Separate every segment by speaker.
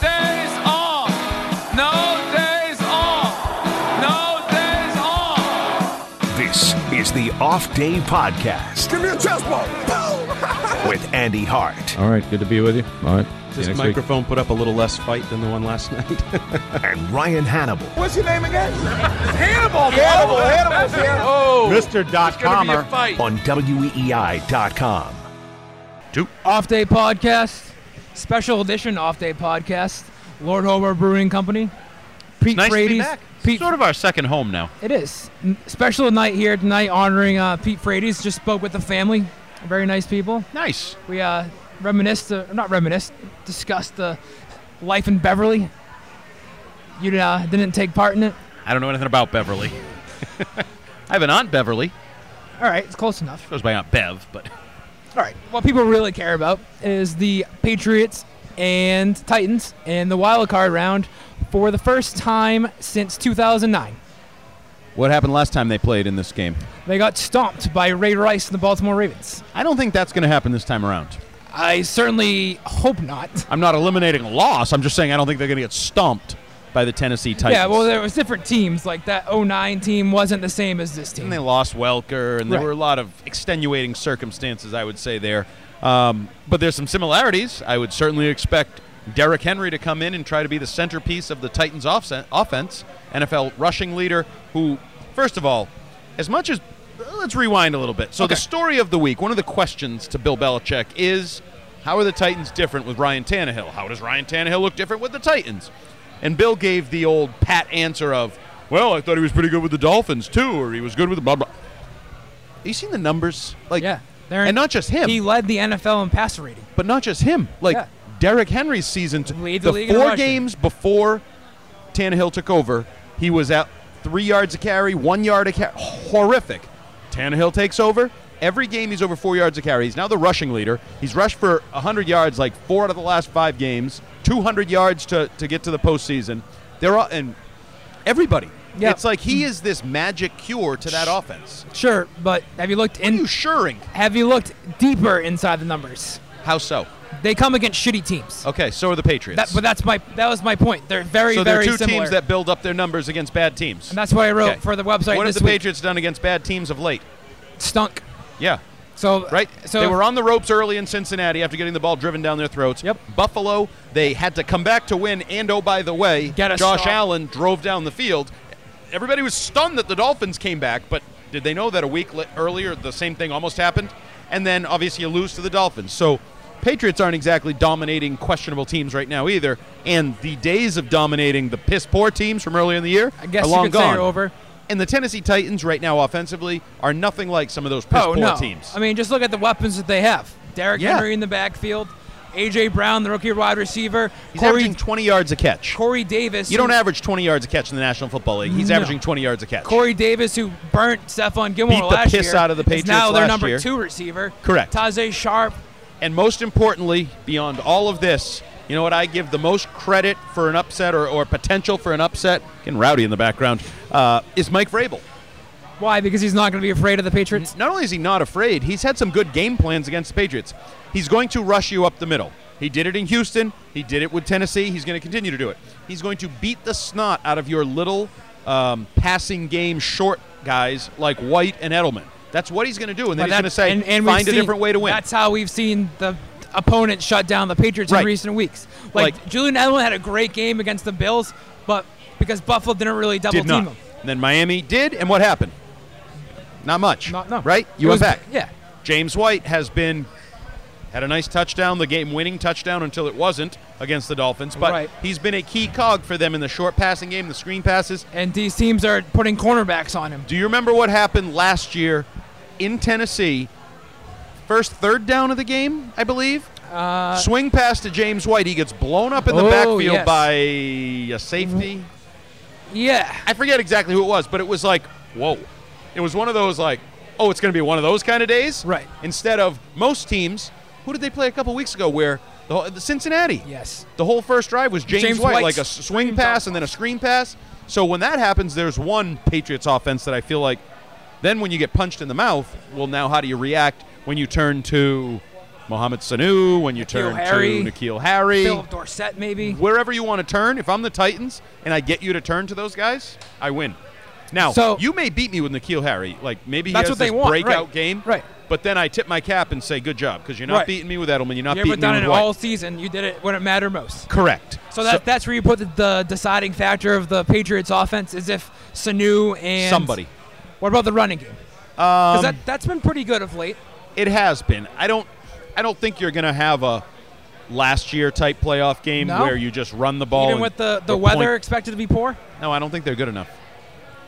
Speaker 1: days off. No days off. No days off.
Speaker 2: This is the Off Day Podcast
Speaker 3: Give me a chest ball.
Speaker 2: with Andy Hart
Speaker 4: All right, good to be with you. All right. See you
Speaker 5: This
Speaker 4: next week.
Speaker 5: microphone put up a little less fight than the one last night.
Speaker 2: and Ryan Hannibal.
Speaker 3: What's your name again? Hannibal. Hannibal. Hannibal. Hannibal.
Speaker 1: Oh,
Speaker 4: Mr. Dot Commer.
Speaker 1: fight.
Speaker 2: on E WEEI.com.
Speaker 6: Off Day Podcast, special edition Off Day Podcast, Lord Homer Brewing Company. Pete
Speaker 7: Nice
Speaker 6: Frates.
Speaker 7: to be back.
Speaker 6: Pete,
Speaker 7: sort of our second home now.
Speaker 6: it is. N- Special night here tonight honoring uh, Pete Frates. Just spoke with the family. Very nice people.
Speaker 7: Nice.
Speaker 6: We uh, reminisced, uh, not reminisced, discussed the life in Beverly. You uh, didn't take part in it.
Speaker 7: I don't know anything about Beverly. I have an aunt Beverly.
Speaker 6: All right, it's close enough.
Speaker 7: Goes by Aunt Bev, but
Speaker 6: All right. What people really care about is the Patriots and Titans and the wild card round for the first time since 2009.
Speaker 5: what happened last time they played in this game?
Speaker 6: They got stomped by Ray Rice and the Baltimore Ravens.
Speaker 5: I don't think that's going to happen this time around.
Speaker 6: I certainly hope not.
Speaker 5: I'm not eliminating a loss. I'm just saying I don't think they're going to get stomped by the Tennessee Titans.
Speaker 6: Yeah, well, there was different teams. Like that 09 team wasn't the same as this
Speaker 5: and they
Speaker 6: team.
Speaker 5: lost Welker, and there
Speaker 6: Right.
Speaker 5: were a lot of extenuating circumstances, I would say there. Um, but there's some similarities. I would certainly expect Derrick Henry to come in and try to be the centerpiece of the Titans' offse- offense, NFL rushing leader. Who, first of all, as much as let's rewind a little bit. So the story of the week, one of the questions to Bill Belichick is, how are the Titans different with Ryan Tannehill? How does Ryan Tannehill look different with the Titans? And Bill gave the old pat answer of, well, I thought he was pretty good with the Dolphins too, or he was good with the blah blah. Have you seen the numbers? Like,
Speaker 6: Yeah, they're-
Speaker 5: and not just him,
Speaker 6: He led the NFL in passer rating.
Speaker 5: but not just him. Like
Speaker 6: Yeah.
Speaker 5: Derrick Henry's season, t-
Speaker 6: Lead the
Speaker 5: the,
Speaker 6: league in
Speaker 5: four
Speaker 6: rushing.
Speaker 5: games before Tannehill took over, he was at three yards a carry, one yard a carry, horrific. Tannehill takes over. Every game he's over four yards a carry. He's now the rushing leader. He's rushed for 100 yards like four out of the last five games, 200 yards to, to get to the postseason. They're all, and everybody.
Speaker 6: Yeah.
Speaker 5: It's like he is this magic cure to that offense.
Speaker 6: Sure, but have you looked
Speaker 5: Are you
Speaker 6: in?
Speaker 5: suring?
Speaker 6: Have you looked deeper inside the numbers?
Speaker 5: How so?
Speaker 6: They come against shitty teams.
Speaker 5: Okay, so are the Patriots.
Speaker 6: That, but that's my that was my point. They're very
Speaker 5: Oh, so there are
Speaker 6: very
Speaker 5: two
Speaker 6: similar.
Speaker 5: teams that build up their numbers against bad teams.
Speaker 6: and that's what I wrote
Speaker 5: Okay.
Speaker 6: for the website
Speaker 5: What have
Speaker 6: this
Speaker 5: the
Speaker 6: week.
Speaker 5: Patriots done against bad teams of late?
Speaker 6: Stunk.
Speaker 5: Yeah,
Speaker 6: So
Speaker 5: right.
Speaker 6: So
Speaker 5: they were on the ropes early in Cincinnati after getting the ball driven down their throats.
Speaker 6: Yep.
Speaker 5: Buffalo, they had to come back to win. And oh, by the way,
Speaker 6: Get a
Speaker 5: Josh
Speaker 6: stop.
Speaker 5: Allen drove down the field. Everybody was stunned that the Dolphins came back, but did they know that a week li- earlier the same thing almost happened? And then obviously you lose to the Dolphins. So Patriots aren't exactly dominating questionable teams right now either. And the days of dominating the piss poor teams from earlier in the year
Speaker 6: I guess
Speaker 5: are
Speaker 6: you
Speaker 5: long
Speaker 6: could say
Speaker 5: gone.
Speaker 6: you're over.
Speaker 5: And the Tennessee Titans right now offensively are nothing like some of those piss
Speaker 6: Oh
Speaker 5: poor
Speaker 6: no.
Speaker 5: teams.
Speaker 6: I mean, just look at the weapons that they have. Derrick
Speaker 5: Yeah.
Speaker 6: Henry in the backfield, AJ Brown, the rookie wide receiver,
Speaker 5: He's
Speaker 6: Corey,
Speaker 5: averaging 20 yards a catch.
Speaker 6: Corey Davis.
Speaker 5: you don't
Speaker 6: who-
Speaker 5: average 20 yards a catch in the National Football League. He's
Speaker 6: No.
Speaker 5: averaging 20 yards a catch.
Speaker 6: Corey Davis, who burnt Stephon Gilmore
Speaker 5: Beat the
Speaker 6: last
Speaker 5: piss
Speaker 6: year,
Speaker 5: out of the
Speaker 6: is
Speaker 5: Patriots
Speaker 6: now their
Speaker 5: last
Speaker 6: number
Speaker 5: year.
Speaker 6: two receiver.
Speaker 5: Correct.
Speaker 6: Tajay Sharp.
Speaker 5: And most importantly, beyond all of this, you know what I give the most credit for an upset or, or potential for an upset, getting rowdy in the background, uh, is Mike Vrabel.
Speaker 6: Why? Because he's not going to be afraid of the Patriots.
Speaker 5: Not only is he not afraid, he's had some good game plans against the Patriots. He's going to rush you up the middle. He did it in Houston. He did it with Tennessee. He's going to continue to do it. He's going to beat the snot out of your little um, passing game short guys like White and Edelman. That's what he's going to do. And then
Speaker 6: But
Speaker 5: he's going
Speaker 6: that's-
Speaker 5: to say,
Speaker 6: and, and we've
Speaker 5: find a
Speaker 6: seen-
Speaker 5: different way to win.
Speaker 6: That's how we've seen the opponent shut down the Patriots
Speaker 5: Right.
Speaker 6: in recent weeks. Like,
Speaker 5: Like-
Speaker 6: Julian Edelman had a great game against the Bills, but because Buffalo didn't really double
Speaker 5: did
Speaker 6: team
Speaker 5: not.
Speaker 6: him.
Speaker 5: And then Miami did, and what happened? Not much.
Speaker 6: Not- no.
Speaker 5: Right? You
Speaker 6: It
Speaker 5: went
Speaker 6: was-
Speaker 5: back.
Speaker 6: Yeah.
Speaker 5: James White has been had a nice touchdown, the game-winning touchdown until it wasn't against the Dolphins, but
Speaker 6: Right.
Speaker 5: he's been a key cog for them in the short passing game, the screen passes.
Speaker 6: And these teams are putting cornerbacks on him.
Speaker 5: Do you remember what happened last year in Tennessee? First third down of the game, I believe.
Speaker 6: Uh,
Speaker 5: Swing pass to James White. He gets blown up in the
Speaker 6: Oh,
Speaker 5: backfield
Speaker 6: yes.
Speaker 5: by a safety.
Speaker 6: yeah.
Speaker 5: I forget exactly who it was, but it was like, whoa. It was one of those like, oh, it's going to be one of those kind of days.
Speaker 6: Right.
Speaker 5: Instead of most teams, who did they play a couple weeks ago where the, whole- the Cincinnati?
Speaker 6: Yes.
Speaker 5: The whole first drive was James,
Speaker 6: James
Speaker 5: White,
Speaker 6: White's
Speaker 5: like a s- swing
Speaker 6: screen
Speaker 5: pass and then a screen pass. So when that happens, there's one Patriots offense that I feel like. Then when you get punched in the mouth, well, now how do you react when you turn to Mohamed Sanu? When you turn
Speaker 6: Harry.
Speaker 5: to Nikhil Harry?
Speaker 6: Philip Dorsett, maybe.
Speaker 5: wherever you want to turn, if I'm the Titans and I get you to turn to those guys, I win. Now,
Speaker 6: So-
Speaker 5: you may beat me with Nikhil Harry. Like, maybe he
Speaker 6: That's
Speaker 5: has
Speaker 6: what they
Speaker 5: this
Speaker 6: want,
Speaker 5: breakout
Speaker 6: right,
Speaker 5: game.
Speaker 6: right.
Speaker 5: But then I tip my cap and say, good job, because you're not
Speaker 6: Right.
Speaker 5: beating me with Edelman. You're not
Speaker 6: You haven't
Speaker 5: beating
Speaker 6: done
Speaker 5: me
Speaker 6: it
Speaker 5: with White.
Speaker 6: all season. You did it when it mattered most.
Speaker 5: Correct.
Speaker 6: So, that, that's where you put the, the deciding factor of the Patriots offense is if Sanu and
Speaker 5: somebody. Um,
Speaker 6: What about the running game? Because that, that's been pretty good of late.
Speaker 5: It has been. I don't. I don't think you're going to have a last year type playoff game
Speaker 6: No.
Speaker 5: where you just run the ball.
Speaker 6: Even
Speaker 5: and
Speaker 6: with the, the
Speaker 5: or
Speaker 6: weather
Speaker 5: point-
Speaker 6: expected to be poor.
Speaker 5: No, I don't think they're good enough.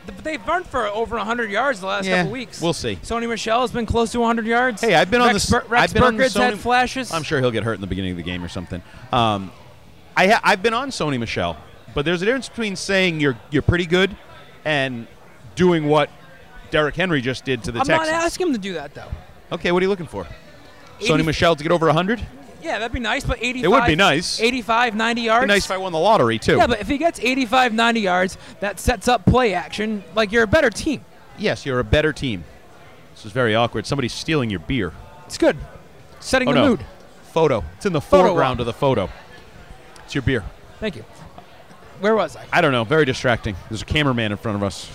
Speaker 6: Th- But they've run for over 100 yards the last
Speaker 5: Yeah,
Speaker 6: couple weeks.
Speaker 5: we'll see.
Speaker 6: Sony Michelle has been close to 100 yards.
Speaker 5: Hey, I've been on
Speaker 6: Rex
Speaker 5: this.
Speaker 6: Bur- Rex
Speaker 5: I've been on the
Speaker 6: Burkhett's had
Speaker 5: Sony-
Speaker 6: flashes.
Speaker 5: I'm sure he'll get hurt in the beginning of the game or something. Um, I ha- I've been on Sony Michelle, but there's a difference between saying you're you're pretty good and doing what Derrick Henry just did to the
Speaker 6: I'm not
Speaker 5: Texans.
Speaker 6: asking him to do that though.
Speaker 5: okay, what are you looking for? Sony
Speaker 6: 80
Speaker 5: Michelle to get over 100?
Speaker 6: Yeah, that'd be nice, but 85.
Speaker 5: would be nice.
Speaker 6: 85, 90 yards.
Speaker 5: Nice if I won the lottery too.
Speaker 6: Yeah, but if he gets 85, 90 yards, that sets up play action. Like you're a better team.
Speaker 5: yes, you're a better team. This is very awkward. Somebody's stealing your beer.
Speaker 6: It's good. Setting
Speaker 5: Oh,
Speaker 6: the
Speaker 5: no.
Speaker 6: mood.
Speaker 5: Photo. It's in the
Speaker 6: Photo
Speaker 5: foreground
Speaker 6: op.
Speaker 5: of the photo. It's your beer.
Speaker 6: Thank you. Where was I?
Speaker 5: I don't know. Very distracting. There's a cameraman in front of us.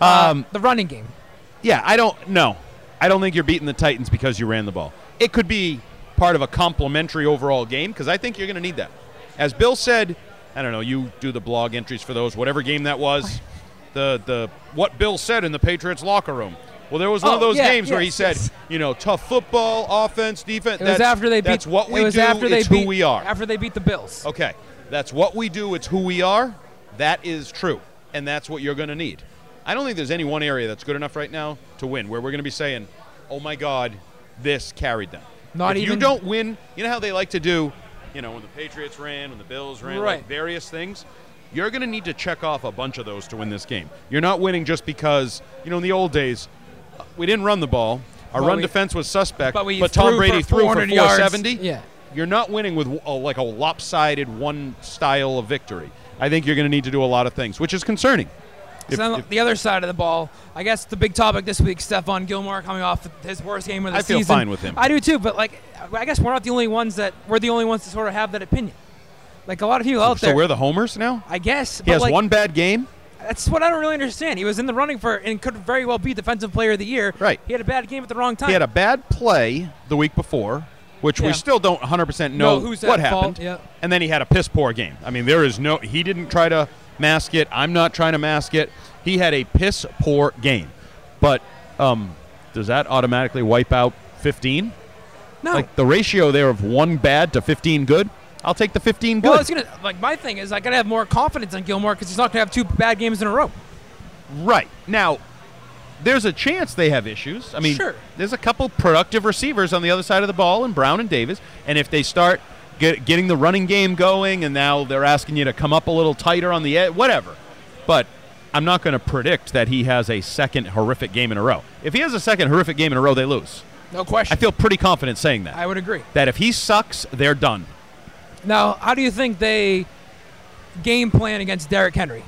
Speaker 6: Um, the running game.
Speaker 5: Yeah, I don't know. I don't think you're beating the Titans because you ran the ball. It could be part of a complimentary overall game because I think you're going to need that. As Bill said, I don't know. You do the blog entries for those, whatever game that was. The the what Bill said in the Patriots locker room. Well, there was one of
Speaker 6: Oh,
Speaker 5: those
Speaker 6: yeah,
Speaker 5: games where he
Speaker 6: yes,
Speaker 5: said,
Speaker 6: yes.
Speaker 5: you know, tough football, offense, defense.
Speaker 6: It
Speaker 5: that's,
Speaker 6: was after they beat.
Speaker 5: That's what we
Speaker 6: it was
Speaker 5: do.
Speaker 6: After they
Speaker 5: it's
Speaker 6: beat,
Speaker 5: who we are.
Speaker 6: After they beat the Bills.
Speaker 5: Okay, that's what we do. It's who we are. That is true, and that's what you're going to need. I don't think there's any one area that's good enough right now to win where we're going to be saying, "Oh my God, this carried them."
Speaker 6: Not
Speaker 5: if
Speaker 6: even-
Speaker 5: You don't win. You know how they like to do. You know when the Patriots ran, when the Bills ran,
Speaker 6: Right.
Speaker 5: like various things. You're going to need to check off a bunch of those to win this game. You're not winning just because you know in the old days uh, we didn't run the ball. Our
Speaker 6: But
Speaker 5: run
Speaker 6: we-
Speaker 5: defense was suspect,
Speaker 6: but we
Speaker 5: Tom
Speaker 6: threw for
Speaker 5: Brady threw for
Speaker 6: 400 yards.
Speaker 5: 470
Speaker 6: Yeah.
Speaker 5: you're not winning with a, like a lopsided one style of victory. I think you're going to need to do a lot of things, which is concerning.
Speaker 6: So
Speaker 5: If-
Speaker 6: then
Speaker 5: if-
Speaker 6: the other side of the ball, I guess the big topic this week, Stephon Gilmore coming off his worst game of the
Speaker 5: I
Speaker 6: season.
Speaker 5: feel fine with him.
Speaker 6: I do too, but like, I guess we're not the only ones that we're the only ones to sort of have that opinion. Like a lot of people out
Speaker 5: so
Speaker 6: there,
Speaker 5: we're the homers now.
Speaker 6: I guess.
Speaker 5: He
Speaker 6: but
Speaker 5: has
Speaker 6: like,
Speaker 5: one bad game.
Speaker 6: That's what I don't really understand. He was in the running for and could very well be defensive player of the year.
Speaker 5: Right.
Speaker 6: He had a bad game at the wrong time.
Speaker 5: He had a bad play the week before, which
Speaker 6: Yeah.
Speaker 5: we still don't 100% know
Speaker 6: No, who's at
Speaker 5: what
Speaker 6: fault,
Speaker 5: happened.
Speaker 6: yeah.
Speaker 5: And then he had a piss poor game. I mean, there is no. He didn't try to mask it. I'm not trying to mask it. He had a piss poor game. But um, does that automatically wipe out 15?
Speaker 6: no.
Speaker 5: Like the ratio there of one bad to 15 good? I'll take the 15 good.
Speaker 6: well, I was gonna like my thing is I gotta have more confidence in Gilmore because he's not gonna have two bad games in a row.
Speaker 5: Right. Now, there's a chance they have issues. I mean,
Speaker 6: Sure.
Speaker 5: there's a couple productive receivers on the other side of the ball in Brown and Davis. And if they start get, getting the running game going and now they're asking you to come up a little tighter on the edge, whatever. But I'm not going to predict that he has a second horrific game in a row. If he has a second horrific game in a row, they lose.
Speaker 6: No
Speaker 5: I
Speaker 6: question.
Speaker 5: feel pretty confident saying that.
Speaker 6: I would agree.
Speaker 5: that if he sucks, they're done.
Speaker 6: Now, how do you think they game plan against Derrick Henry?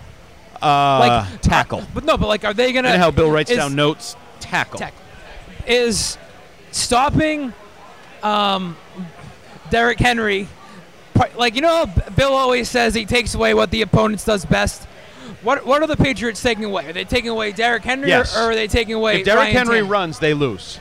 Speaker 5: Uh,
Speaker 6: Like-
Speaker 5: tackle.
Speaker 6: But no, but like, are they gonna?
Speaker 5: You know how Bill writes
Speaker 6: is-
Speaker 5: down notes? Tackle.
Speaker 6: Tackle. Is stopping um, Derrick Henry, part- like you know, how B- Bill always says he takes away what the opponents does best. What what are the Patriots taking away? Are they taking away Derrick Henry,
Speaker 5: Yes.
Speaker 6: or, or are they taking away?
Speaker 5: If Derrick
Speaker 6: Ryan
Speaker 5: Henry
Speaker 6: Tannehill?
Speaker 5: runs, they lose.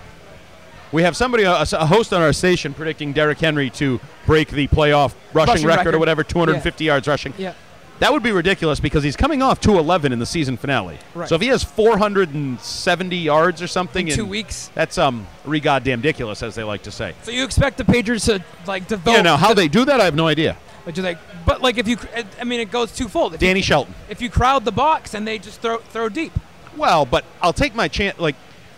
Speaker 5: We have somebody, a, a host on our station, predicting Derrick Henry to break the playoff rushing,
Speaker 6: Rushing
Speaker 5: record,
Speaker 6: record.
Speaker 5: or whatever, 250 yards rushing.
Speaker 6: yeah,
Speaker 5: That would be ridiculous because he's coming off 211 in the season finale.
Speaker 6: Right.
Speaker 5: So if he has 470 yards or something
Speaker 6: In two weeks.
Speaker 5: that's um re goddamn ridiculous as they like to say.
Speaker 6: So you expect the Patriots to like develop?
Speaker 5: Yeah, now how they do that, I have no idea.
Speaker 6: But you like, but like if you, I mean, it goes twofold. If you-
Speaker 5: Danny Shelton.
Speaker 6: if you crowd the box and they just throw throw deep,
Speaker 5: Well, but I'll take my chance. Like,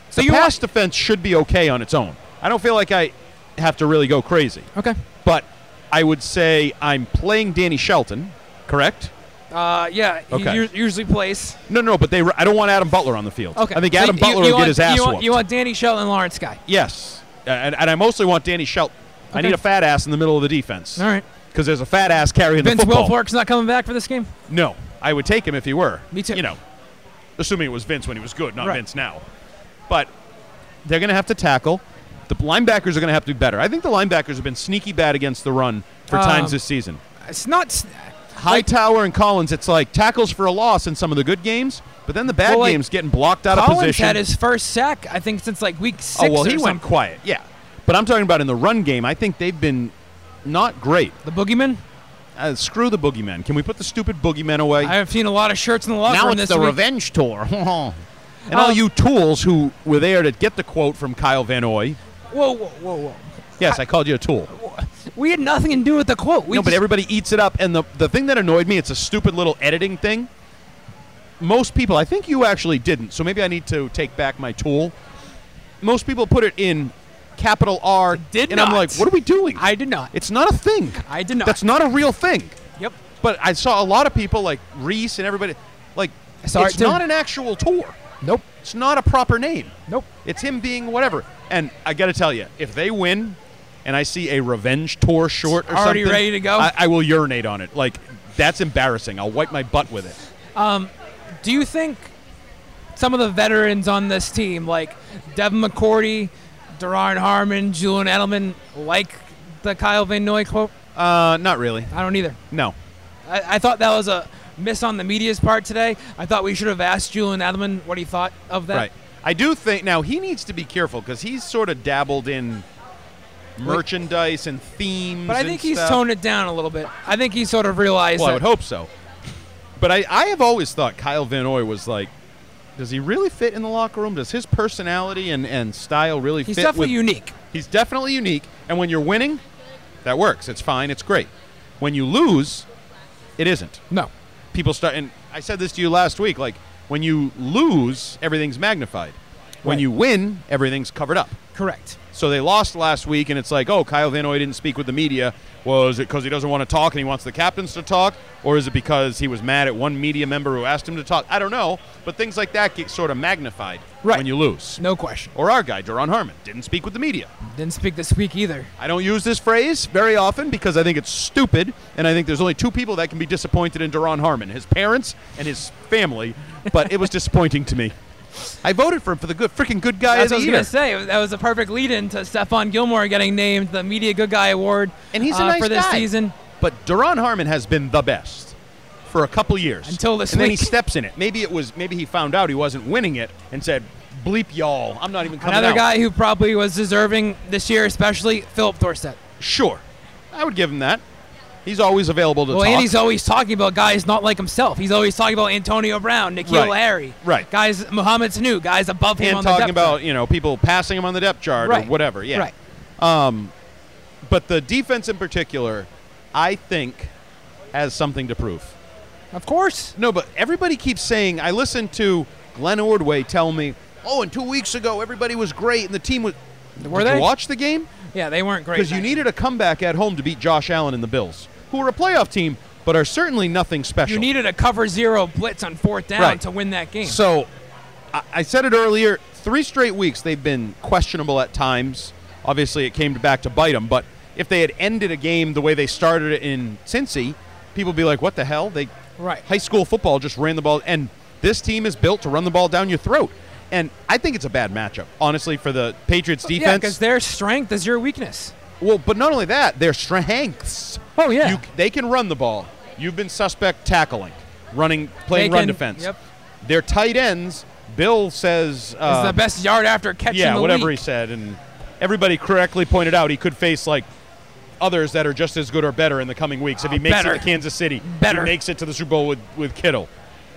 Speaker 6: So
Speaker 5: the
Speaker 6: you
Speaker 5: pass defense should be okay on its own. I don't feel like I have to really go crazy.
Speaker 6: okay.
Speaker 5: But I would say I'm playing Danny Shelton, correct?
Speaker 6: Uh, yeah, he
Speaker 5: Okay.
Speaker 6: u- usually plays.
Speaker 5: No, no, but they. I don't want Adam Butler on the field.
Speaker 6: Okay.
Speaker 5: I think
Speaker 6: So
Speaker 5: Adam
Speaker 6: you-
Speaker 5: Butler
Speaker 6: you
Speaker 5: will
Speaker 6: want-
Speaker 5: get his ass
Speaker 6: you want,
Speaker 5: whooped.
Speaker 6: you want Danny Shelton and Lawrence Guy.
Speaker 5: yes, and, and I mostly want Danny Shelton. I
Speaker 6: Okay.
Speaker 5: need a fat ass in the middle of the defense.
Speaker 6: All right.
Speaker 5: Because there's a fat ass carrying
Speaker 6: Vince
Speaker 5: the football.
Speaker 6: Wilfork's not coming back for this game.
Speaker 5: No, I would take him if he were.
Speaker 6: Me too.
Speaker 5: You know, assuming it was Vince when he was good, not
Speaker 6: Right.
Speaker 5: Vince now. But they're going to have to tackle. The linebackers are going to have to be better. I think the linebackers have been sneaky bad against the run for times
Speaker 6: Um,
Speaker 5: this season.
Speaker 6: It's not. s-
Speaker 5: Hightower and Collins, it's like tackles for a loss in some of the good games, but then the bad
Speaker 6: Well, like,
Speaker 5: games getting blocked out of
Speaker 6: Collins
Speaker 5: position.
Speaker 6: had his first sack, I think, since like week six.
Speaker 5: oh well,
Speaker 6: or
Speaker 5: he went
Speaker 6: something.
Speaker 5: quiet. Yeah, but I'm talking about in the run game. I think they've been not great.
Speaker 6: The boogeyman.
Speaker 5: Uh, screw the boogeyman. Can we put the stupid boogeyman away?
Speaker 6: I have seen a lot of shirts in the locker room this week. Um,
Speaker 5: revenge tour. and all you tools who were there to get the quote from Kyle Van Oy.
Speaker 6: Whoa, whoa, whoa, whoa!
Speaker 5: Yes, I, called you a tool.
Speaker 6: We had nothing to do with the quote. We
Speaker 5: no, but
Speaker 6: just-
Speaker 5: everybody eats it up. And the, the thing that annoyed me, it's a stupid little editing thing. Most people, I think you actually didn't, so maybe I need to take back my tool. Most people put it in capital R.
Speaker 6: did
Speaker 5: and I'm
Speaker 6: not.
Speaker 5: like, what are we doing?
Speaker 6: I did not.
Speaker 5: it's not a thing.
Speaker 6: I did not.
Speaker 5: That's not a real thing.
Speaker 6: Yep.
Speaker 5: But I saw a lot of people like Reese and everybody like
Speaker 6: saw
Speaker 5: it's
Speaker 6: it too.
Speaker 5: not an actual tour.
Speaker 6: Nope.
Speaker 5: It's not a proper name.
Speaker 6: Nope.
Speaker 5: It's him being whatever. And I got to tell you, if they win and I see a revenge tour short or
Speaker 6: Already
Speaker 5: something,
Speaker 6: ready to go?
Speaker 5: I, I will urinate on it. Like that's embarrassing. I'll wipe my butt with it.
Speaker 6: Do you think some of the veterans on this team, like Devin McCourty, Daron Harmon, Julian Edelman, like the Kyle Van Noy quote?
Speaker 5: Uh, not really.
Speaker 6: I don't either.
Speaker 5: No.
Speaker 6: I, I thought that was a miss on the media's part today. I thought we should have asked Julian Edelman what he thought of that.
Speaker 5: Right. I do think now he needs to be careful because he's sort of dabbled in merchandise and themes.
Speaker 6: But I
Speaker 5: and
Speaker 6: think he's
Speaker 5: stuff.
Speaker 6: toned it down a little bit. I think he sort of realized
Speaker 5: Well, I
Speaker 6: that
Speaker 5: would hope so. But I, I have always thought Kyle Van Oy was like, does he really fit in the locker room? Does his personality and, and style really
Speaker 6: he's
Speaker 5: fit?
Speaker 6: definitely
Speaker 5: with-
Speaker 6: unique.
Speaker 5: He's definitely unique. And when you're winning, that works. It's fine. It's great. When you lose, it isn't.
Speaker 6: No.
Speaker 5: People start, and I said this to you last week like, when you lose, everything's magnified. When
Speaker 6: Right.
Speaker 5: you win, everything's covered up.
Speaker 6: Correct.
Speaker 5: So they lost last week, and it's like, oh, Kyle Van Noy didn't speak with the media. Well, is it because he doesn't want to talk and he wants the captains to talk, or is it because he was mad at one media member who asked him to talk? I don't know, but things like that get sort of magnified
Speaker 6: Right.
Speaker 5: when you lose.
Speaker 6: No question.
Speaker 5: Or our guy, Daron Harmon, didn't speak with the media.
Speaker 6: Didn't speak this week either.
Speaker 5: I don't use this phrase very often because I think it's stupid, and I think there's only two people that can be disappointed in Daron Harmon his parents and his family, but it was disappointing to me. I voted for him for the good, freaking good guy
Speaker 6: That's what I
Speaker 5: of
Speaker 6: was
Speaker 5: the
Speaker 6: going
Speaker 5: year.
Speaker 6: to say. That was a perfect lead in to Stephon Gilmore getting named the Media Good Guy Award
Speaker 5: And he's a
Speaker 6: uh,
Speaker 5: nice
Speaker 6: for this
Speaker 5: guy.
Speaker 6: season.
Speaker 5: But Daron Harmon has been the best for a couple years
Speaker 6: Until this
Speaker 5: and then he
Speaker 6: week.
Speaker 5: steps in it. Maybe it was maybe he found out he wasn't winning it and said, "Bleep y'all, I'm not even coming
Speaker 6: Another
Speaker 5: out."
Speaker 6: guy who probably was deserving this year, especially Philip Dorsett.
Speaker 5: Sure, I would give him that. He's always available to
Speaker 6: Well,
Speaker 5: talk.
Speaker 6: and he's always talking about guys not like himself. He's always talking about Antonio Brown, Nikhil
Speaker 5: Right.
Speaker 6: Harry,
Speaker 5: Right.
Speaker 6: Guys, Mohamed Sanu, guys above him.
Speaker 5: and
Speaker 6: on the
Speaker 5: talking
Speaker 6: depth
Speaker 5: about
Speaker 6: chart.
Speaker 5: you know people passing him on the depth chart
Speaker 6: Right.
Speaker 5: or whatever. Yeah.
Speaker 6: Right.
Speaker 5: But the defense in particular, I think, has something to prove.
Speaker 6: Of course.
Speaker 5: No, but everybody keeps saying. I listened to Glenn Ordway tell me, "Oh, and two weeks ago everybody was great and the team was."
Speaker 6: Were
Speaker 5: Did
Speaker 6: they?
Speaker 5: you watch the game?
Speaker 6: Yeah, they weren't great.
Speaker 5: because you
Speaker 6: that-
Speaker 5: needed a comeback at home to beat Josh Allen and the Bills, who are a playoff team but are certainly nothing special.
Speaker 6: you needed a cover zero blitz on fourth down
Speaker 5: Right.
Speaker 6: to win that game.
Speaker 5: so I, I said it earlier. Three straight weeks they've been questionable at times. Obviously, it came back to bite them. But if they had ended a game the way they started it in Cincy, people would be like, "What the hell?" They
Speaker 6: Right.
Speaker 5: high school football just ran the ball, and this team is built to run the ball down your throat. And I think it's a bad matchup, honestly, for the Patriots
Speaker 6: yeah,
Speaker 5: defense.
Speaker 6: because their strength is your weakness.
Speaker 5: Well, but not only that, their strengths.
Speaker 6: Oh, yeah.
Speaker 5: You, they can run the ball. You've been suspect tackling, running, playing
Speaker 6: They
Speaker 5: run
Speaker 6: can-
Speaker 5: defense.
Speaker 6: yep.
Speaker 5: Their tight ends. Bill says,
Speaker 6: It's
Speaker 5: uh,
Speaker 6: the best yard after catch. in
Speaker 5: yeah,
Speaker 6: the
Speaker 5: whatever
Speaker 6: league.
Speaker 5: he said, and everybody correctly pointed out he could face like others that are just as good or better in the coming weeks. if
Speaker 6: Ah,
Speaker 5: he makes
Speaker 6: better.
Speaker 5: it to Kansas City,
Speaker 6: Better.
Speaker 5: he makes it to the Super Bowl with, with Kittle.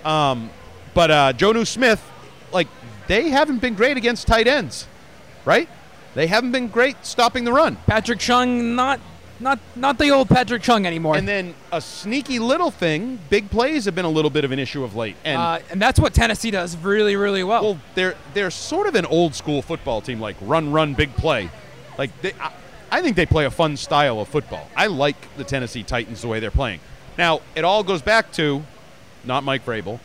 Speaker 5: Um, but uh, Jonu Smith, like, they haven't been great against tight ends, right? They haven't been great stopping the run.
Speaker 6: Patrick Chung, not not not the old Patrick Chung anymore.
Speaker 5: And then a sneaky little thing, big plays have been a little bit of an issue of late. And
Speaker 6: uh, and that's what Tennessee does really, really well.
Speaker 5: well, they're they're sort of an old school football team, like run, run, big play. Like they, I, I think they play a fun style of football. I like the Tennessee Titans the way they're playing. Now it all goes back to not Mike Vrabel.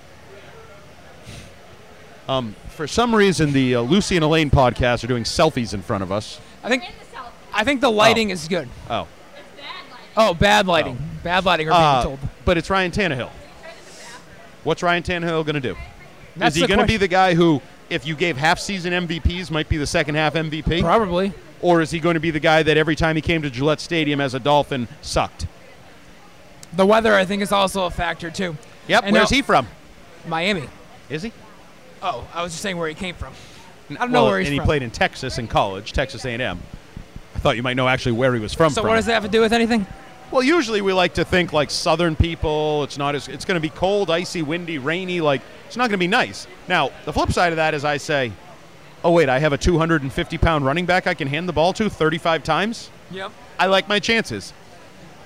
Speaker 5: Um, for some reason, the uh, Lucy and Elaine podcast are doing selfies in front of us.
Speaker 6: I think I think the lighting is good.
Speaker 5: Oh,
Speaker 6: Oh, bad lighting, bad lighting. Are being
Speaker 5: Uh,
Speaker 6: told.
Speaker 5: but it's Ryan Tannehill. What's Ryan Tannehill going to do?
Speaker 6: That's
Speaker 5: Is he
Speaker 6: the
Speaker 5: going to be
Speaker 6: question.
Speaker 5: the guy who, if you gave half-season MVPs, might be the second half MVP?
Speaker 6: Probably.
Speaker 5: or is he going to be the guy that every time he came to Gillette Stadium as a Dolphin sucked?
Speaker 6: The weather, I think, is also a factor too.
Speaker 5: Yep.
Speaker 6: And
Speaker 5: where's
Speaker 6: now-
Speaker 5: he from?
Speaker 6: Miami.
Speaker 5: Is he?
Speaker 6: Oh, I was just saying where he came from. I don't know
Speaker 5: Well,
Speaker 6: where he's
Speaker 5: and
Speaker 6: from.
Speaker 5: he played in Texas in college, Texas A&M. I thought you might know actually where he was from.
Speaker 6: so
Speaker 5: from.
Speaker 6: what does that have to do with anything?
Speaker 5: Well, usually we like to think like Southern people. It's not as it's going to be cold, icy, windy, rainy. Like it's not going to be nice. Now the flip side of that is I say, oh wait, I have a 250 pound running back I can hand the ball to 35 times.
Speaker 6: Yep.
Speaker 5: I like my chances.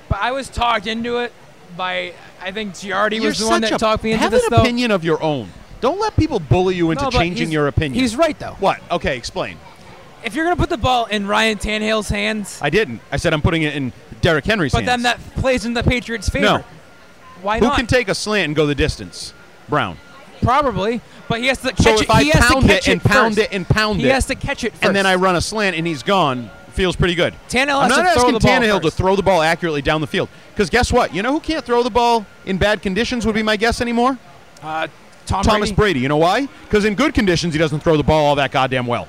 Speaker 6: But I was talked into it by I think Giardi
Speaker 5: You're
Speaker 6: was the one
Speaker 5: such
Speaker 6: that
Speaker 5: a-
Speaker 6: talked me into
Speaker 5: have
Speaker 6: this
Speaker 5: an
Speaker 6: though.
Speaker 5: opinion of your own. Don't let people bully you into
Speaker 6: No, but
Speaker 5: changing
Speaker 6: he's-
Speaker 5: your opinion.
Speaker 6: He's right though.
Speaker 5: What? Okay, explain.
Speaker 6: If you're gonna put the ball in Ryan Tannehill's hands,
Speaker 5: I didn't. I said I'm putting it in Derrick Henry's
Speaker 6: but then
Speaker 5: hands.
Speaker 6: that plays in the Patriots' favor.
Speaker 5: No.
Speaker 6: Why
Speaker 5: Who
Speaker 6: not?
Speaker 5: can take a slant and go the distance? Brown.
Speaker 6: Probably, but he has to catch
Speaker 5: So
Speaker 6: it.
Speaker 5: if I
Speaker 6: he has
Speaker 5: pound
Speaker 6: to catch
Speaker 5: it and pound
Speaker 6: first.
Speaker 5: it and pound
Speaker 6: He
Speaker 5: it,
Speaker 6: has to catch it first.
Speaker 5: and then I run a slant and he's gone, feels pretty good.
Speaker 6: Tannehill has
Speaker 5: I'm not
Speaker 6: to throw
Speaker 5: asking
Speaker 6: the ball
Speaker 5: Tannehill to
Speaker 6: first.
Speaker 5: throw the ball accurately down the field. Because guess what? You know who can't throw the ball in bad conditions would be my guess anymore?
Speaker 6: Uh, Tom
Speaker 5: Thomas
Speaker 6: Brady.
Speaker 5: Brady. You know why? Because in good conditions he doesn't throw the ball all that goddamn well.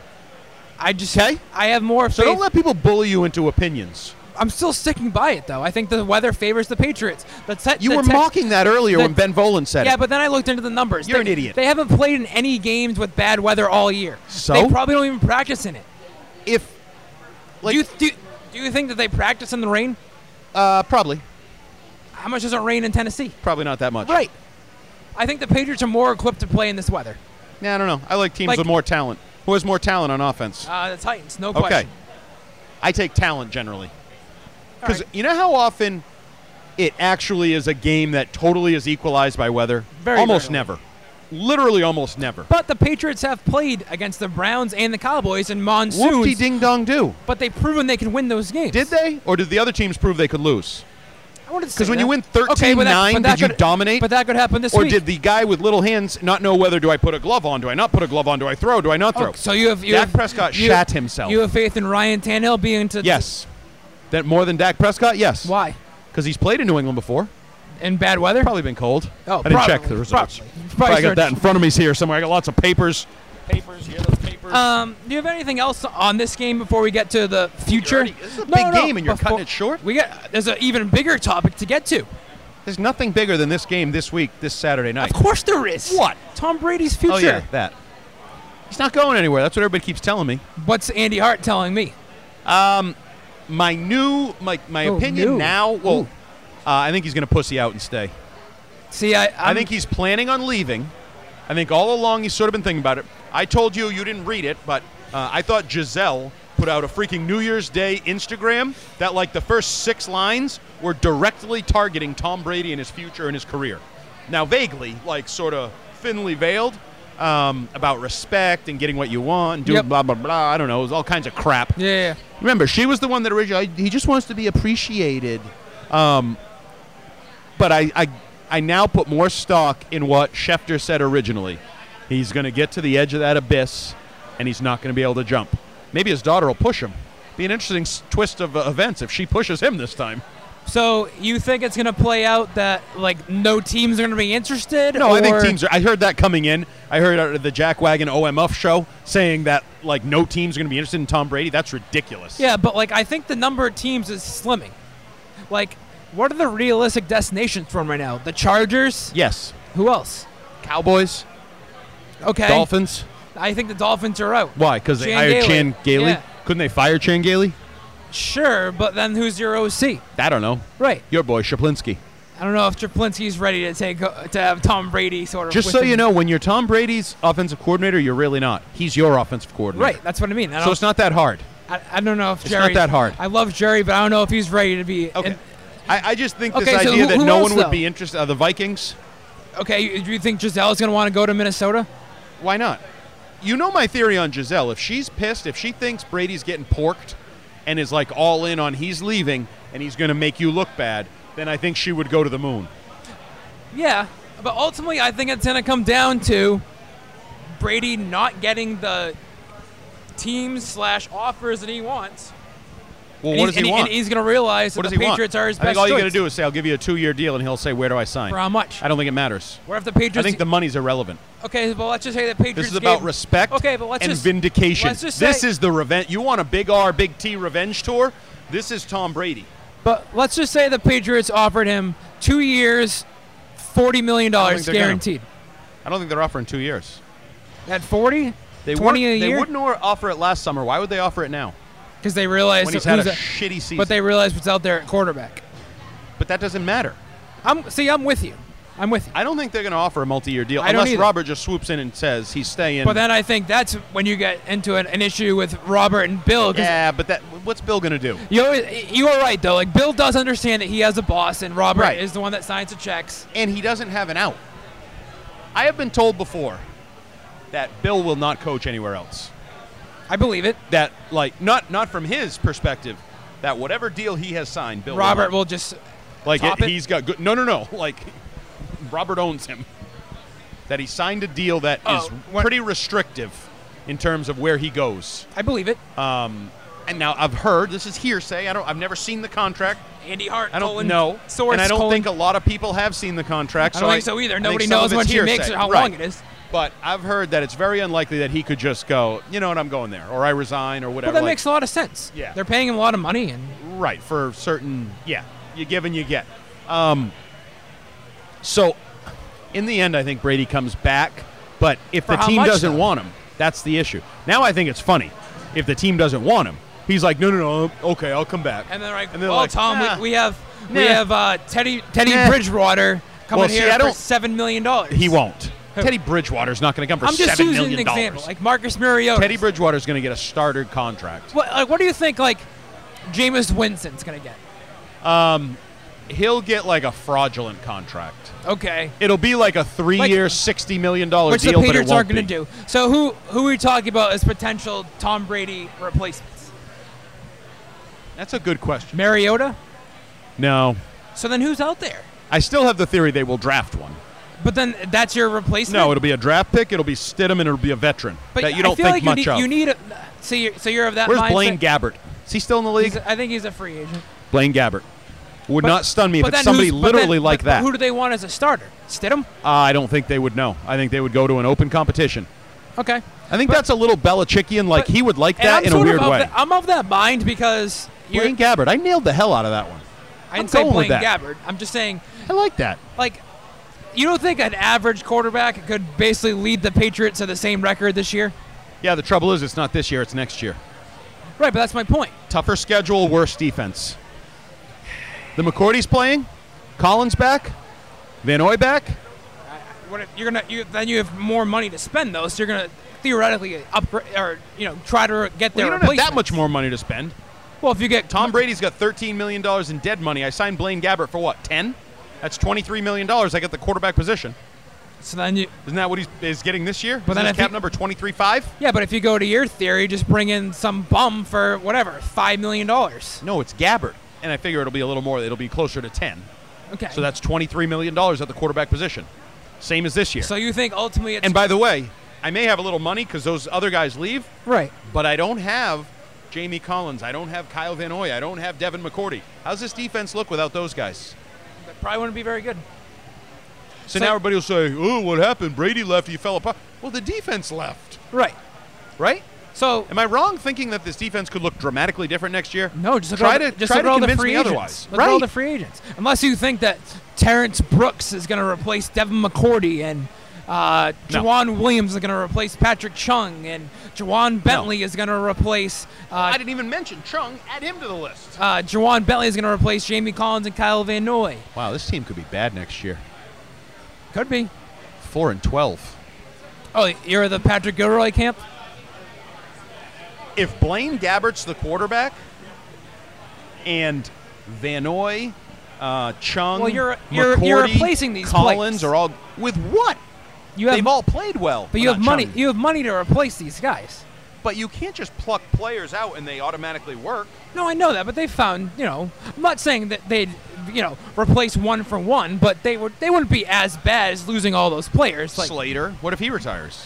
Speaker 6: I just
Speaker 5: Okay.
Speaker 6: I have more
Speaker 5: So
Speaker 6: faith.
Speaker 5: don't let people bully you into opinions.
Speaker 6: I'm still sticking by it though. I think the weather favors the Patriots. The te-
Speaker 5: You
Speaker 6: the
Speaker 5: were
Speaker 6: Tex-
Speaker 5: mocking that earlier
Speaker 6: the-
Speaker 5: when Ben Volen said
Speaker 6: Yeah,
Speaker 5: it.
Speaker 6: but then I looked into the numbers.
Speaker 5: You're
Speaker 6: they,
Speaker 5: an idiot.
Speaker 6: They haven't played in any games with bad weather all year.
Speaker 5: So?
Speaker 6: they probably don't even practice in it.
Speaker 5: if like
Speaker 6: do you do, do you think that they practice in the rain?
Speaker 5: uh, probably
Speaker 6: How much does it rain in Tennessee?
Speaker 5: probably not that much.
Speaker 6: Right. I think the Patriots are more equipped to play in this weather.
Speaker 5: Yeah, I don't know. I like teams
Speaker 6: Like-
Speaker 5: with more talent. Who has more talent on offense?
Speaker 6: Uh, the Titans, no
Speaker 5: okay.
Speaker 6: question.
Speaker 5: I take talent generally.
Speaker 6: All
Speaker 5: Because
Speaker 6: right.
Speaker 5: you know how often it actually is a game that totally is equalized by weather?
Speaker 6: Very
Speaker 5: almost
Speaker 6: rarely.
Speaker 5: never. Literally almost never.
Speaker 6: But the Patriots have played against the Browns and the Cowboys in
Speaker 5: Whoopty
Speaker 6: monsoons.
Speaker 5: ding dong do.
Speaker 6: but they've proven they can win those games.
Speaker 5: Did they? Or did the other teams prove they could lose?
Speaker 6: Because
Speaker 5: Because when you win 13
Speaker 6: but that-
Speaker 5: 9,
Speaker 6: but that
Speaker 5: did you
Speaker 6: could-
Speaker 5: dominate?
Speaker 6: But that could happen this
Speaker 5: or
Speaker 6: week.
Speaker 5: did the guy with little hands not know whether do I put a glove on? Do I not put a glove on? Do I throw? Do I not throw?
Speaker 6: Oh, so you have you
Speaker 5: Dak
Speaker 6: have,
Speaker 5: Prescott
Speaker 6: you,
Speaker 5: shat himself.
Speaker 6: You have faith in Ryan Tannehill being to
Speaker 5: yes. That more than Dak Prescott? Yes.
Speaker 6: Why?
Speaker 5: Because he's played in New England before.
Speaker 6: In bad weather?
Speaker 5: Probably been cold.
Speaker 6: Oh,
Speaker 5: I didn't
Speaker 6: probably,
Speaker 5: check the results.
Speaker 6: probably.
Speaker 5: Probably,
Speaker 6: Probably
Speaker 5: got that
Speaker 6: searched.
Speaker 5: in front of me here somewhere. I got lots of papers. Papers, yeah, those papers.
Speaker 6: Um, do you have anything else on this game before we get to the future?
Speaker 5: already- this is a big game and you're cutting it short?
Speaker 6: We got there's an even bigger topic to get to.
Speaker 5: There's nothing bigger than this game this week, this Saturday night.
Speaker 6: Of course there is.
Speaker 5: What?
Speaker 6: Tom Brady's future.
Speaker 5: Oh yeah, that. He's not going anywhere. That's what everybody keeps telling me.
Speaker 6: What's Andy Hart telling me?
Speaker 5: My new, my, my
Speaker 6: Oh,
Speaker 5: opinion
Speaker 6: new.
Speaker 5: now. Well,
Speaker 6: Ooh.
Speaker 5: uh, I think he's going to pussy out and stay.
Speaker 6: See, I
Speaker 5: i
Speaker 6: i
Speaker 5: think he's planning on leaving. I think all along he's sort of been thinking about it. I told you you didn't read it, but uh, I thought Giselle put out a freaking New Year's Day Instagram that like the first six lines were directly targeting Tom Brady and his future and his career. Now vaguely, like sort of thinly veiled. Um, about respect and getting what you want, and doing
Speaker 6: Yep.
Speaker 5: blah blah blah. I don't know. It was all kinds of crap.
Speaker 6: yeah, yeah.
Speaker 5: Remember, she was the one that originally. He just wants to be appreciated. Um, but I, I, I now put more stock in what Schefter said originally. He's going to get to the edge of that abyss, and he's not going to be able to jump. Maybe his daughter will push him. Be an interesting s- twist of uh, events if she pushes him this time.
Speaker 6: So you think it's gonna play out that like no teams are gonna be interested?
Speaker 5: No, I think
Speaker 6: or-
Speaker 5: teams. Are, I heard that coming in. I heard uh, the Jack Wagon OMF show saying that like no teams are going to be interested in Tom Brady. That's ridiculous.
Speaker 6: Yeah, but like I think the number of teams is slimming. Like, what are the realistic destinations for him right now? The Chargers.
Speaker 5: Yes.
Speaker 6: Who else?
Speaker 5: Cowboys,
Speaker 6: Okay.
Speaker 5: Dolphins.
Speaker 6: I think the Dolphins are out.
Speaker 5: Why? Because they
Speaker 6: Chan
Speaker 5: hired
Speaker 6: Gailey.
Speaker 5: Chan Gailey.
Speaker 6: Yeah.
Speaker 5: Couldn't they fire Chan Gailey?
Speaker 6: Sure, but then who's your OC?
Speaker 5: I don't know.
Speaker 6: Right.
Speaker 5: Your boy Shaplinsky.
Speaker 6: I don't know if Triplinski's ready to take uh, to have Tom Brady sort of.
Speaker 5: Just
Speaker 6: with
Speaker 5: so
Speaker 6: him.
Speaker 5: you know, when you're Tom Brady's offensive coordinator, you're really not. He's your offensive coordinator.
Speaker 6: Right, that's what I mean. I
Speaker 5: So
Speaker 6: don't-
Speaker 5: it's not that hard.
Speaker 6: I, I don't know if
Speaker 5: It's not
Speaker 6: Jerry.
Speaker 5: that hard.
Speaker 6: I love Jerry, but I don't know if he's ready to be.
Speaker 5: Okay.
Speaker 6: and-
Speaker 5: I, I just think
Speaker 6: Okay,
Speaker 5: this
Speaker 6: so
Speaker 5: idea
Speaker 6: who-
Speaker 5: that
Speaker 6: who
Speaker 5: no
Speaker 6: else,
Speaker 5: one would
Speaker 6: though?
Speaker 5: be interested. Uh, the Vikings?
Speaker 6: okay, you- do you think Giselle's going to want to go to Minnesota?
Speaker 5: Why not? You know my theory on Giselle. If she's pissed, if she thinks Brady's getting porked and is like all in on he's leaving and he's going to make you look bad, then I think she would go to the moon.
Speaker 6: Yeah, but ultimately, I think it's going to come down to Brady not getting the team slash offers that he wants.
Speaker 5: Well,
Speaker 6: and
Speaker 5: what
Speaker 6: he's-
Speaker 5: does he
Speaker 6: and
Speaker 5: want?
Speaker 6: And he's going to realize
Speaker 5: what
Speaker 6: that
Speaker 5: does
Speaker 6: the
Speaker 5: he
Speaker 6: Patriots
Speaker 5: want?
Speaker 6: are his
Speaker 5: I think
Speaker 6: best.
Speaker 5: all you got to
Speaker 6: choice.
Speaker 5: do is say, I'll give you a two year deal, and he'll say, Where do I sign?
Speaker 6: For how much?
Speaker 5: I don't think it matters.
Speaker 6: What if the
Speaker 5: I
Speaker 6: Patriots?
Speaker 5: think the money's irrelevant.
Speaker 6: okay, well, let's just say the Patriots.
Speaker 5: This is about
Speaker 6: gave-
Speaker 5: respect
Speaker 6: Okay, but let's
Speaker 5: and
Speaker 6: just,
Speaker 5: vindication.
Speaker 6: let's just
Speaker 5: this
Speaker 6: say-
Speaker 5: is the revenge. You want a big R, big T revenge tour? This is Tom Brady.
Speaker 6: But let's just say the Patriots offered him two years, forty million
Speaker 5: I think
Speaker 6: dollars
Speaker 5: they're gonna.
Speaker 6: guaranteed.
Speaker 5: I don't think they're offering two years.
Speaker 6: At forty,
Speaker 5: They
Speaker 6: twenty
Speaker 5: weren't-
Speaker 6: a
Speaker 5: They
Speaker 6: year,
Speaker 5: wouldn't or- offer it last summer. Why would they offer it now?
Speaker 6: because they realized
Speaker 5: When he's had
Speaker 6: who's
Speaker 5: a
Speaker 6: a-
Speaker 5: shitty season.
Speaker 6: but
Speaker 5: But,
Speaker 6: they realized what's out there at quarterback.
Speaker 5: that doesn't matter.
Speaker 6: I'm see, I'm with you. I'm with you.
Speaker 5: I don't think they're going to offer a multi-year deal
Speaker 6: I don't
Speaker 5: unless
Speaker 6: either.
Speaker 5: Robert just swoops in and says he's staying.
Speaker 6: But then I think that's when you get into an, an issue with Robert and Bill. 'cause
Speaker 5: yeah, but that what's Bill going to do?
Speaker 6: You always, you are right though. Like Bill does understand that he has a boss, and Robert
Speaker 5: Right.
Speaker 6: is the one that signs the checks.
Speaker 5: And he doesn't have an out. I have been told before that Bill will not coach anywhere else.
Speaker 6: I believe it.
Speaker 5: That like not not from his perspective. That whatever deal he has signed, Bill
Speaker 6: Robert
Speaker 5: will,
Speaker 6: will just
Speaker 5: not. like
Speaker 6: top
Speaker 5: it-
Speaker 6: it.
Speaker 5: he's got good. No, no, no. Like Robert owns him. That he signed a deal that is
Speaker 6: Oh, what-
Speaker 5: pretty restrictive in terms of where he goes.
Speaker 6: I believe it.
Speaker 5: And now I've heard this is hearsay. I don't. I've never seen the contract.
Speaker 6: Andy Hart.
Speaker 5: I don't
Speaker 6: colon,
Speaker 5: know.
Speaker 6: Source.
Speaker 5: and I don't
Speaker 6: colon-
Speaker 5: think a lot of people have seen the contract.
Speaker 6: I don't
Speaker 5: so
Speaker 6: think so either.
Speaker 5: I think
Speaker 6: Nobody
Speaker 5: some of
Speaker 6: knows
Speaker 5: it's
Speaker 6: when she
Speaker 5: hearsay.
Speaker 6: makes it, how
Speaker 5: Right.
Speaker 6: long it is.
Speaker 5: But I've heard that it's very unlikely that he could just go. You know what? I'm going there, or I resign, or whatever.
Speaker 6: Well, that
Speaker 5: like-
Speaker 6: makes a lot of sense.
Speaker 5: Yeah.
Speaker 6: They're paying him a lot of money, and
Speaker 5: right for certain. Yeah, you give and you get. Um, so, in the end, I think Brady comes back. But if the
Speaker 6: how
Speaker 5: team
Speaker 6: much,
Speaker 5: doesn't
Speaker 6: though?
Speaker 5: want him, that's the issue. Now I think it's funny. If the team doesn't want him, he's like, no, no, no. Okay, I'll come back.
Speaker 6: and they're like,
Speaker 5: And they're
Speaker 6: well,
Speaker 5: like,
Speaker 6: Tom,
Speaker 5: nah.
Speaker 6: we, we have we
Speaker 5: Nah.
Speaker 6: have uh, Teddy Teddy
Speaker 5: Nah.
Speaker 6: Bridgewater coming
Speaker 5: Well, see,
Speaker 6: here
Speaker 5: I
Speaker 6: for
Speaker 5: don't-
Speaker 6: seven million dollars.
Speaker 5: He won't.
Speaker 6: Who?
Speaker 5: Teddy Bridgewater's not going to come for
Speaker 6: I'm just
Speaker 5: seven
Speaker 6: using an
Speaker 5: million
Speaker 6: example,
Speaker 5: dollars.
Speaker 6: like oh, Marcus Mariota.
Speaker 5: Teddy Bridgewater's going to get a starter contract.
Speaker 6: What, like, what do you think? Like, Jameis Winston's gonna get?
Speaker 5: He'll get like a fraudulent contract.
Speaker 6: Okay.
Speaker 5: It'll be like a three-year,
Speaker 6: Like-
Speaker 5: sixty million dollar
Speaker 6: Which
Speaker 5: deal,
Speaker 6: the
Speaker 5: but it
Speaker 6: Patriots
Speaker 5: won't
Speaker 6: aren't going
Speaker 5: be.
Speaker 6: to do. So who who are we talking about as potential Tom Brady replacements?
Speaker 5: That's a good question.
Speaker 6: Mariota.
Speaker 5: No,
Speaker 6: So then who's out there?
Speaker 5: I still have the theory they will draft one.
Speaker 6: But then that's your replacement.
Speaker 5: No, it'll be a draft pick. It'll be Stidham, and it'll be a veteran
Speaker 6: but
Speaker 5: that you
Speaker 6: I
Speaker 5: don't
Speaker 6: feel
Speaker 5: think
Speaker 6: like
Speaker 5: much
Speaker 6: you need,
Speaker 5: of.
Speaker 6: You need a, so you're, so you're of that
Speaker 5: Where's
Speaker 6: mindset.
Speaker 5: Blaine Gabbert? Is he still in the
Speaker 6: He's-
Speaker 5: league?
Speaker 6: I think he's a free agent.
Speaker 5: Blaine Gabbert would
Speaker 6: But-
Speaker 5: not stun me if
Speaker 6: but
Speaker 5: it's
Speaker 6: then
Speaker 5: somebody
Speaker 6: who's- but
Speaker 5: literally
Speaker 6: then-
Speaker 5: like
Speaker 6: but- but
Speaker 5: that.
Speaker 6: Who do they want as a starter? Stidham.
Speaker 5: Uh, I don't think they would know. I think they would go to an open competition.
Speaker 6: Okay.
Speaker 5: I think that's a little Belichickian. Like
Speaker 6: but-
Speaker 5: he would like
Speaker 6: And
Speaker 5: that
Speaker 6: I'm
Speaker 5: in a
Speaker 6: sort of
Speaker 5: weird
Speaker 6: of
Speaker 5: way.
Speaker 6: that- I'm of that mind because you're,
Speaker 5: Blaine Gabbert, I nailed the hell out of that one.
Speaker 6: I didn't
Speaker 5: I'm
Speaker 6: say
Speaker 5: going with
Speaker 6: Blaine
Speaker 5: that.
Speaker 6: Gabbard. I'm just saying,
Speaker 5: I like that.
Speaker 6: like, you don't think an average quarterback could basically lead the Patriots to the same record this year?
Speaker 5: Yeah, the trouble is it's not this year; it's next year.
Speaker 6: Right, but that's my point.
Speaker 5: Tougher schedule, worse defense. The McCourty's playing, Collins back, Van Oy back.
Speaker 6: What if you're gonna you, then you have more money to spend though, so you're gonna theoretically up or you know try to get their
Speaker 5: Well, you don't have that
Speaker 6: replacement.
Speaker 5: much more money to spend.
Speaker 6: Well, if you get
Speaker 5: Tom Brady's got thirteen million dollars in dead money. I signed Blaine Gabbert for what? Ten? That's twenty-three million dollars. I got the quarterback position.
Speaker 6: so then you
Speaker 5: Isn't that what he's is getting this year?
Speaker 6: But
Speaker 5: Isn't
Speaker 6: then
Speaker 5: his
Speaker 6: if
Speaker 5: cap
Speaker 6: he-
Speaker 5: number twenty-three five.
Speaker 6: yeah, but if you go to your theory, just bring in some bum for whatever five million dollars.
Speaker 5: No, it's Gabbert, and I figure it'll be a little more. It'll be closer to ten.
Speaker 6: Okay,
Speaker 5: So that's $23 million at the quarterback position. Same as this year.
Speaker 6: so you think ultimately it's
Speaker 5: and by the way, I may have a little money because those other guys leave,
Speaker 6: right.
Speaker 5: but I don't have Jamie Collins. I don't have Kyle Van Oy. I don't have Devin McCourty. How's this defense look without those guys?
Speaker 6: That probably wouldn't be very good. So-
Speaker 5: So, now everybody will say, oh, what happened? Brady left. He fell apart. Well, the defense left,
Speaker 6: Right.
Speaker 5: right?
Speaker 6: So
Speaker 5: Am I wrong thinking that this defense could look dramatically different next year?
Speaker 6: no, just look
Speaker 5: try
Speaker 6: at all
Speaker 5: to
Speaker 6: the, just
Speaker 5: try
Speaker 6: look
Speaker 5: to
Speaker 6: at all the
Speaker 5: convince
Speaker 6: free
Speaker 5: me
Speaker 6: agents.
Speaker 5: otherwise.
Speaker 6: Look at all
Speaker 5: right?
Speaker 6: the free agents. Unless you think that Terrence Brooks is going to replace Devin McCourty and Uh,
Speaker 5: No.
Speaker 6: Jawan Williams is going to replace Patrick Chung, and Jawan Bentley is going to replace.
Speaker 7: I
Speaker 6: Uh,
Speaker 7: didn't even mention Chung. Add him to the list.
Speaker 6: uh, Jawan Bentley is going to replace Jamie Collins and Kyle Van Noy.
Speaker 5: Wow, this team could be bad next year.
Speaker 6: Could be.
Speaker 5: Four and twelve.
Speaker 6: Oh, you're the Patrick Gilroy camp?
Speaker 5: If Blaine Gabbert's the quarterback, and Vanoy, uh, Chung,
Speaker 6: Well, you're- you're- you're
Speaker 5: McCourty,
Speaker 6: replacing these
Speaker 5: Collins
Speaker 6: plates.
Speaker 5: are all with what?
Speaker 6: You have,
Speaker 5: They've all played well.
Speaker 6: but you
Speaker 5: Well,
Speaker 6: have
Speaker 5: not
Speaker 6: money.
Speaker 5: Chung.
Speaker 6: You have money to replace these guys.
Speaker 5: but you can't just pluck players out and they automatically work.
Speaker 6: No, I know that, but they found, you know, I'm not saying that they'd, you know, replace one for one, but they were they wouldn't be as bad as losing all those players. Like
Speaker 5: Slater, what if he retires?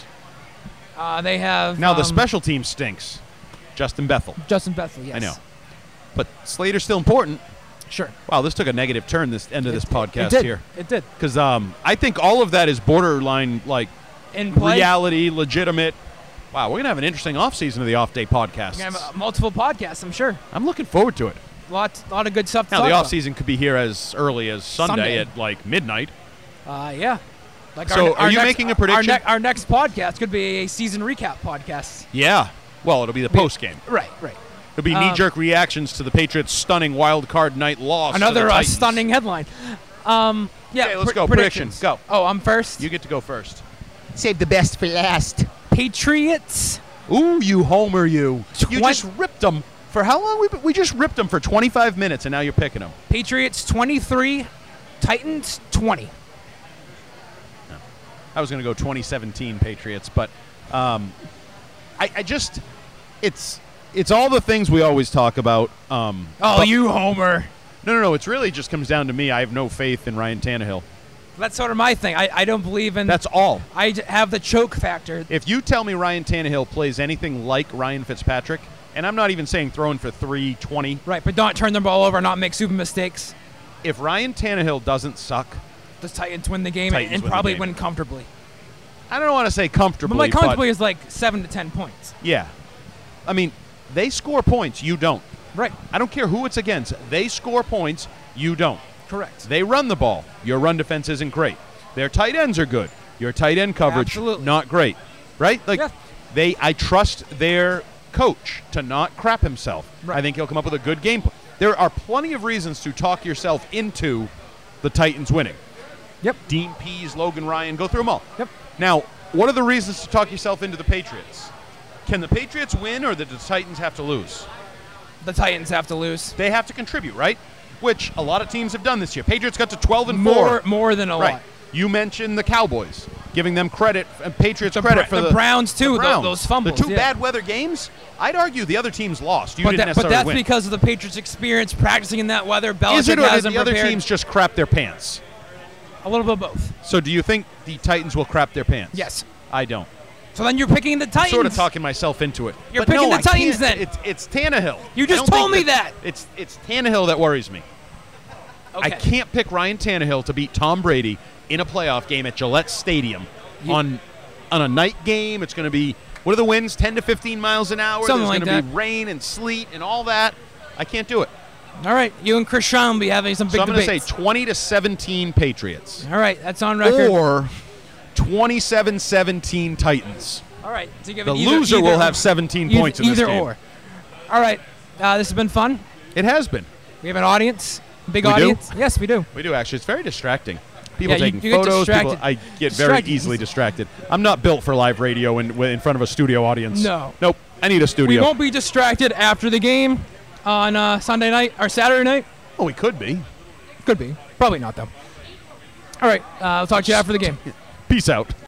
Speaker 6: uh, they have
Speaker 5: Now the
Speaker 6: um,
Speaker 5: special team stinks. Justin Bethel,
Speaker 6: Justin Bethel. Yes,
Speaker 5: I know, but Slater's still important.
Speaker 6: Sure,
Speaker 5: Wow, this took a negative turn. This end of this
Speaker 6: it
Speaker 5: podcast
Speaker 6: did.
Speaker 5: here,
Speaker 6: It did.
Speaker 5: because um, I think all of that is borderline like
Speaker 6: In play,
Speaker 5: reality, legitimate. Wow, we're gonna have an interesting off season of the off day podcast.
Speaker 6: We're gonna have, uh, multiple podcasts. I'm sure.
Speaker 5: I'm looking forward to it.
Speaker 6: Lots, lot of good stuff. To
Speaker 5: Now
Speaker 6: talk
Speaker 5: the
Speaker 6: about.
Speaker 5: off season could be here as early as Sunday,
Speaker 6: Sunday.
Speaker 5: at like midnight.
Speaker 6: Uh, yeah. Like
Speaker 5: So
Speaker 6: ne-
Speaker 5: are you
Speaker 6: next-
Speaker 5: making a
Speaker 6: our
Speaker 5: prediction?
Speaker 6: ne- Our, next podcast could be a season recap podcast.
Speaker 5: Yeah. Well, it'll be the post game.
Speaker 6: Right, right.
Speaker 5: It'll
Speaker 6: Um,
Speaker 5: be knee jerk reactions to the Patriots' stunning wild card night loss. to the
Speaker 6: Another uh,
Speaker 5: Titans.
Speaker 6: stunning headline. Um, yeah.
Speaker 5: Okay, let's
Speaker 6: pre-
Speaker 5: go. Predictions. Go.
Speaker 6: Oh, I'm first.
Speaker 5: You get to go first.
Speaker 8: Save the best for last.
Speaker 6: Patriots
Speaker 5: Ooh, you homer, you. You
Speaker 6: Twen-
Speaker 5: just ripped them for how long? We we just ripped them for 25 minutes, and now you're picking them.
Speaker 6: Patriots 23, Titans 20.
Speaker 5: I was going to go 2017 Patriots, but um, I, I just it's it's all the things we always talk about. Um,
Speaker 6: Oh, you homer.
Speaker 5: no, no, no. It's really just comes down to me. I have no faith in Ryan Tannehill.
Speaker 6: That's sort of my thing. I, I don't believe in.
Speaker 5: That's all.
Speaker 6: I j- have the choke factor.
Speaker 5: If you tell me Ryan Tannehill plays anything like Ryan Fitzpatrick, and I'm not even saying throwing for 320,
Speaker 6: Right, but don't turn the ball over, not make stupid mistakes.
Speaker 5: if Ryan Tannehill doesn't suck,
Speaker 6: The Titans win the game
Speaker 5: Titans
Speaker 6: and,
Speaker 5: win the
Speaker 6: probably
Speaker 5: game.
Speaker 6: win comfortably.
Speaker 5: I don't want to say comfortably,
Speaker 6: But my
Speaker 5: but-
Speaker 6: comfortably is like seven to ten points.
Speaker 5: yeah. I mean, they score points, you don't.
Speaker 6: Right,
Speaker 5: I don't care who it's against. They score points, you don't.
Speaker 6: correct.
Speaker 5: They run the ball. Your run defense isn't great. Their tight ends are good. Your tight end coverage
Speaker 6: Absolutely.
Speaker 5: not great. Right? Like
Speaker 6: Yeah.
Speaker 5: they I trust their coach to not crap himself.
Speaker 6: Right.
Speaker 5: I think he'll come up with a good game plan. There are plenty of reasons to talk yourself into the Titans winning.
Speaker 6: Yep.
Speaker 5: Dean Pease, Logan Ryan, go through them all.
Speaker 6: Yep.
Speaker 5: Now, what are the reasons to talk yourself into the Patriots? Can the Patriots win or do the Titans have to lose?
Speaker 6: The Titans have to lose
Speaker 5: They have to contribute, right? Which a lot of teams have done this year. Patriots got to 12 and 4.
Speaker 6: more more than a
Speaker 5: Right.
Speaker 6: lot.
Speaker 5: You mentioned the Cowboys, giving them credit, uh, Patriots
Speaker 6: The, Bra-
Speaker 5: credit for
Speaker 6: the
Speaker 5: the,
Speaker 6: Browns too. tho-
Speaker 5: the Browns.
Speaker 6: those fumbles.
Speaker 5: The two
Speaker 6: yeah.
Speaker 5: bad weather games. I'd argue the other teams lost. You
Speaker 6: But,
Speaker 5: didn't
Speaker 6: that, but
Speaker 5: necessarily
Speaker 6: that's
Speaker 5: win.
Speaker 6: because of the Patriots' experience practicing in that weather. Belichick
Speaker 5: Is it or
Speaker 6: has
Speaker 5: did the
Speaker 6: them
Speaker 5: other
Speaker 6: prepared.
Speaker 5: teams just crap their pants?
Speaker 6: A little bit of both.
Speaker 5: So do you think the Titans will crap their pants?
Speaker 6: Yes.
Speaker 5: I don't.
Speaker 6: So then you're picking the Titans.
Speaker 5: Sort of talking myself into it.
Speaker 6: You're
Speaker 5: But no,
Speaker 6: picking the
Speaker 5: I
Speaker 6: Titans
Speaker 5: can't.
Speaker 6: then.
Speaker 5: It's, it's Tannehill.
Speaker 6: You
Speaker 5: I
Speaker 6: just
Speaker 5: don't
Speaker 6: told
Speaker 5: think
Speaker 6: me that.
Speaker 5: It's it's Tannehill that worries me.
Speaker 6: Okay.
Speaker 5: I can't pick Ryan Tannehill to beat Tom Brady in a playoff game at Gillette Stadium on on a night game. It's going to be what are the winds? Ten to fifteen miles an hour.
Speaker 6: Something
Speaker 5: There's
Speaker 6: like
Speaker 5: going to
Speaker 6: that.
Speaker 5: be rain and sleet and all that. I can't do it.
Speaker 6: All right, you and Krishan be having some big
Speaker 5: so I'm going to say
Speaker 6: debates.
Speaker 5: twenty to seventeen Patriots
Speaker 6: All right, that's on record.
Speaker 5: or 27-17 Titans.
Speaker 6: All right, so you give
Speaker 5: The
Speaker 6: it either-
Speaker 5: loser
Speaker 6: either
Speaker 5: will
Speaker 6: or.
Speaker 5: have seventeen
Speaker 6: Either-
Speaker 5: points in this
Speaker 6: either
Speaker 5: game.
Speaker 6: or. All right, uh, this has been fun.
Speaker 5: It has been.
Speaker 6: We have an audience, big
Speaker 5: We do?
Speaker 6: audience. Yes, we do.
Speaker 5: We do actually. It's very distracting. People
Speaker 6: Yeah, you-
Speaker 5: taking
Speaker 6: you get
Speaker 5: photos. People,
Speaker 6: distracted.
Speaker 5: I get very
Speaker 6: Distracted.
Speaker 5: easily distracted. I'm not built for live radio in, in front of a studio audience.
Speaker 6: No.
Speaker 5: Nope. I need a
Speaker 6: We
Speaker 5: studio.
Speaker 6: won't be distracted after the game on uh, Sunday night or Saturday night.
Speaker 5: Well, we could be.
Speaker 6: Could be, probably not though. All right, uh, I'll talk to you after the game.
Speaker 5: Peace out.